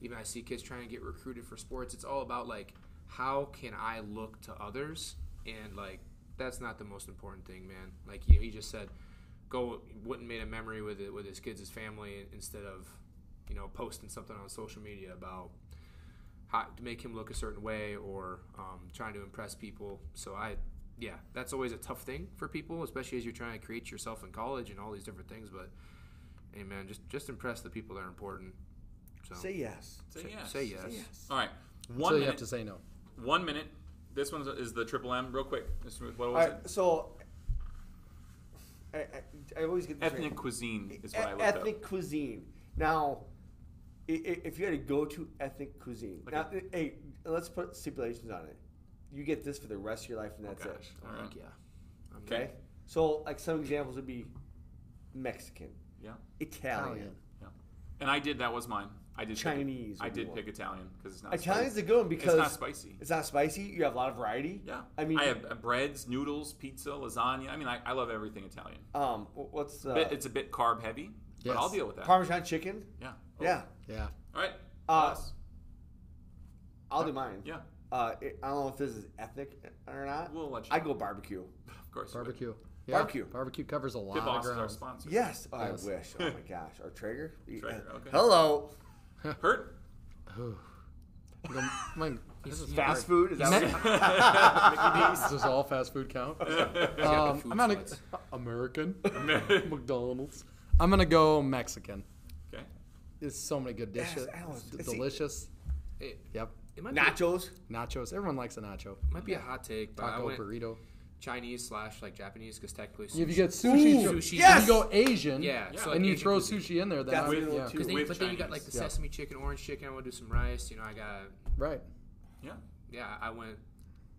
[SPEAKER 3] Even I see kids trying to get recruited for sports. It's all about like how can I look to others and like that's not the most important thing, man. Like you, he just said, go wouldn't made a memory with it with his kids, his family instead of you know posting something on social media about how to make him look a certain way or um, trying to impress people. So I, yeah, that's always a tough thing for people, especially as you're trying to create yourself in college and all these different things. But hey, man, just just impress the people that are important. So
[SPEAKER 4] Say yes.
[SPEAKER 2] Say,
[SPEAKER 3] say-
[SPEAKER 2] yes. Oh,
[SPEAKER 3] say yes.
[SPEAKER 2] All right. One
[SPEAKER 1] So you
[SPEAKER 2] minute.
[SPEAKER 1] have to say no.
[SPEAKER 2] One minute. This one is the triple M. Real quick. Mr. Smooth, What
[SPEAKER 4] All
[SPEAKER 2] was
[SPEAKER 4] right.
[SPEAKER 2] it?
[SPEAKER 4] So, I, I, I always get this right.
[SPEAKER 2] Ethnic cuisine is
[SPEAKER 4] E-
[SPEAKER 2] what I looked
[SPEAKER 4] ethnic
[SPEAKER 2] up.
[SPEAKER 4] cuisine. Now, i- i- if you had to go to ethnic cuisine,
[SPEAKER 2] Like
[SPEAKER 4] now,
[SPEAKER 2] a-
[SPEAKER 4] i- hey, let's put stipulations on it. You get this for the rest of your life, and that's
[SPEAKER 2] Oh, Gosh.
[SPEAKER 4] it.
[SPEAKER 2] All
[SPEAKER 3] I'm
[SPEAKER 2] right.
[SPEAKER 3] like, yeah, I'm
[SPEAKER 2] Okay.
[SPEAKER 4] Okay. So, like some examples would be Mexican,
[SPEAKER 2] Yeah.
[SPEAKER 4] Italian.
[SPEAKER 1] Italian.
[SPEAKER 2] Yeah. And I did. That was mine. I did. pick-
[SPEAKER 4] Chinese
[SPEAKER 2] I
[SPEAKER 4] would be
[SPEAKER 2] did
[SPEAKER 4] one.
[SPEAKER 2] pick Italian because it's not.
[SPEAKER 4] Italian's
[SPEAKER 2] spicy.
[SPEAKER 4] a good one because
[SPEAKER 2] it's not spicy.
[SPEAKER 4] It's not spicy. You have a lot of variety.
[SPEAKER 2] Yeah.
[SPEAKER 4] I mean,
[SPEAKER 2] I have uh, breads, noodles, pizza, lasagna. I mean, I, I love everything Italian.
[SPEAKER 4] um, wh- what's uh,
[SPEAKER 2] Bit- it's a bit carb heavy, but I'll
[SPEAKER 1] Yes.
[SPEAKER 2] deal with that.
[SPEAKER 4] Parmesan chicken?
[SPEAKER 2] yeah.
[SPEAKER 4] Yeah,
[SPEAKER 1] Yeah.
[SPEAKER 2] All right.
[SPEAKER 4] Uh,
[SPEAKER 2] Yes.
[SPEAKER 4] I'll do mine.
[SPEAKER 2] yeah.
[SPEAKER 4] Uh, it, I don't know if this is ethnic or not.
[SPEAKER 2] We'll let you
[SPEAKER 4] I go barbecue.
[SPEAKER 2] Of course. you would.
[SPEAKER 1] Barbecue.
[SPEAKER 4] Barbecue.
[SPEAKER 1] Barbecue covers a lot
[SPEAKER 2] Pit
[SPEAKER 1] of
[SPEAKER 2] Boss is our
[SPEAKER 1] ground.
[SPEAKER 2] sponsor.
[SPEAKER 4] Yes. Oh,
[SPEAKER 1] Yes.
[SPEAKER 4] I wish.
[SPEAKER 2] *laughs*
[SPEAKER 4] Oh my gosh. Or Traeger? Yeah.
[SPEAKER 2] Traeger, okay.
[SPEAKER 4] Hello.
[SPEAKER 2] Hurt.
[SPEAKER 1] Ooh. I'm gonna-
[SPEAKER 4] *laughs*
[SPEAKER 1] I'm gonna- this is hard.
[SPEAKER 4] Fast food?
[SPEAKER 2] *laughs*
[SPEAKER 4] Is that what
[SPEAKER 1] *laughs* Does all fast food count? Um,
[SPEAKER 3] food
[SPEAKER 1] I'm not
[SPEAKER 3] sweats.
[SPEAKER 1] a, American.
[SPEAKER 2] okay.
[SPEAKER 1] McDonald's. I'm gonna go Mexican. There's so many good
[SPEAKER 4] Yes,
[SPEAKER 1] dishes.
[SPEAKER 4] I was-
[SPEAKER 1] It's
[SPEAKER 4] see-
[SPEAKER 1] delicious.
[SPEAKER 3] It,
[SPEAKER 1] Yep.
[SPEAKER 3] it might be,
[SPEAKER 4] nachos?
[SPEAKER 1] Nachos. Everyone likes a nacho.
[SPEAKER 3] might be a hot take, but I
[SPEAKER 1] Taco
[SPEAKER 3] went
[SPEAKER 1] burrito.
[SPEAKER 3] Chinese slash like Japanese because technically sushi.
[SPEAKER 1] If you get sushi,
[SPEAKER 3] Ooh,
[SPEAKER 1] so-
[SPEAKER 3] sushi.
[SPEAKER 1] if
[SPEAKER 4] Yes!
[SPEAKER 1] you go Asian,
[SPEAKER 3] Yeah,
[SPEAKER 2] Yeah.
[SPEAKER 3] so, like,
[SPEAKER 1] and you
[SPEAKER 3] Asian
[SPEAKER 1] throw
[SPEAKER 3] cuisine.
[SPEAKER 1] sushi in there,
[SPEAKER 4] That's
[SPEAKER 1] that's
[SPEAKER 4] a little
[SPEAKER 1] yeah,
[SPEAKER 4] too-
[SPEAKER 3] 'Cause then,
[SPEAKER 2] with
[SPEAKER 3] but then you got like
[SPEAKER 2] Chinese.
[SPEAKER 3] the
[SPEAKER 1] Yeah.
[SPEAKER 3] sesame chicken, orange chicken. I want to do some rice. You know, I got
[SPEAKER 1] right.
[SPEAKER 2] Yeah.
[SPEAKER 3] Yeah, I went.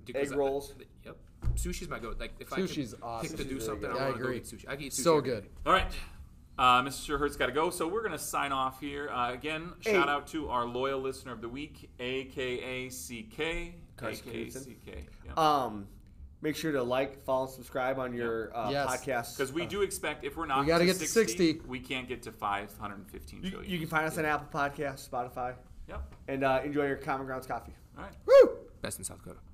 [SPEAKER 3] because
[SPEAKER 4] Egg
[SPEAKER 3] I-
[SPEAKER 4] rolls.
[SPEAKER 3] yep. Sushi's my go. Like if
[SPEAKER 1] Sushi's
[SPEAKER 3] I could
[SPEAKER 1] awesome.
[SPEAKER 3] pick to
[SPEAKER 4] Sushi's
[SPEAKER 3] do
[SPEAKER 4] really
[SPEAKER 3] something,
[SPEAKER 4] good.
[SPEAKER 1] Yeah, I
[SPEAKER 3] I want to go
[SPEAKER 1] agree.
[SPEAKER 3] eat sushi. I could eat sushi.
[SPEAKER 1] So
[SPEAKER 3] every
[SPEAKER 1] good.
[SPEAKER 3] day.
[SPEAKER 2] All right. Uh, Mr. Sherhurt's got to go, so we're going to sign off here. Uh, again, shout
[SPEAKER 4] Hey.
[SPEAKER 2] out to our loyal listener of the week, AKA CK.
[SPEAKER 4] Carson Davidson.
[SPEAKER 2] AKCK.
[SPEAKER 1] Uh,
[SPEAKER 4] Um, make sure to like, follow, and subscribe on your uh,
[SPEAKER 1] Yes.
[SPEAKER 4] podcast.
[SPEAKER 2] Because we do expect if we're not
[SPEAKER 1] We gotta
[SPEAKER 2] to
[SPEAKER 1] get to 60.
[SPEAKER 2] we can't get to 515
[SPEAKER 4] You,
[SPEAKER 2] trillion.
[SPEAKER 4] you can find us on Apple Podcasts, Spotify,
[SPEAKER 2] yep.
[SPEAKER 4] and uh, enjoy your Common Grounds coffee.
[SPEAKER 2] All right.
[SPEAKER 1] Woo!
[SPEAKER 3] Best in South Dakota.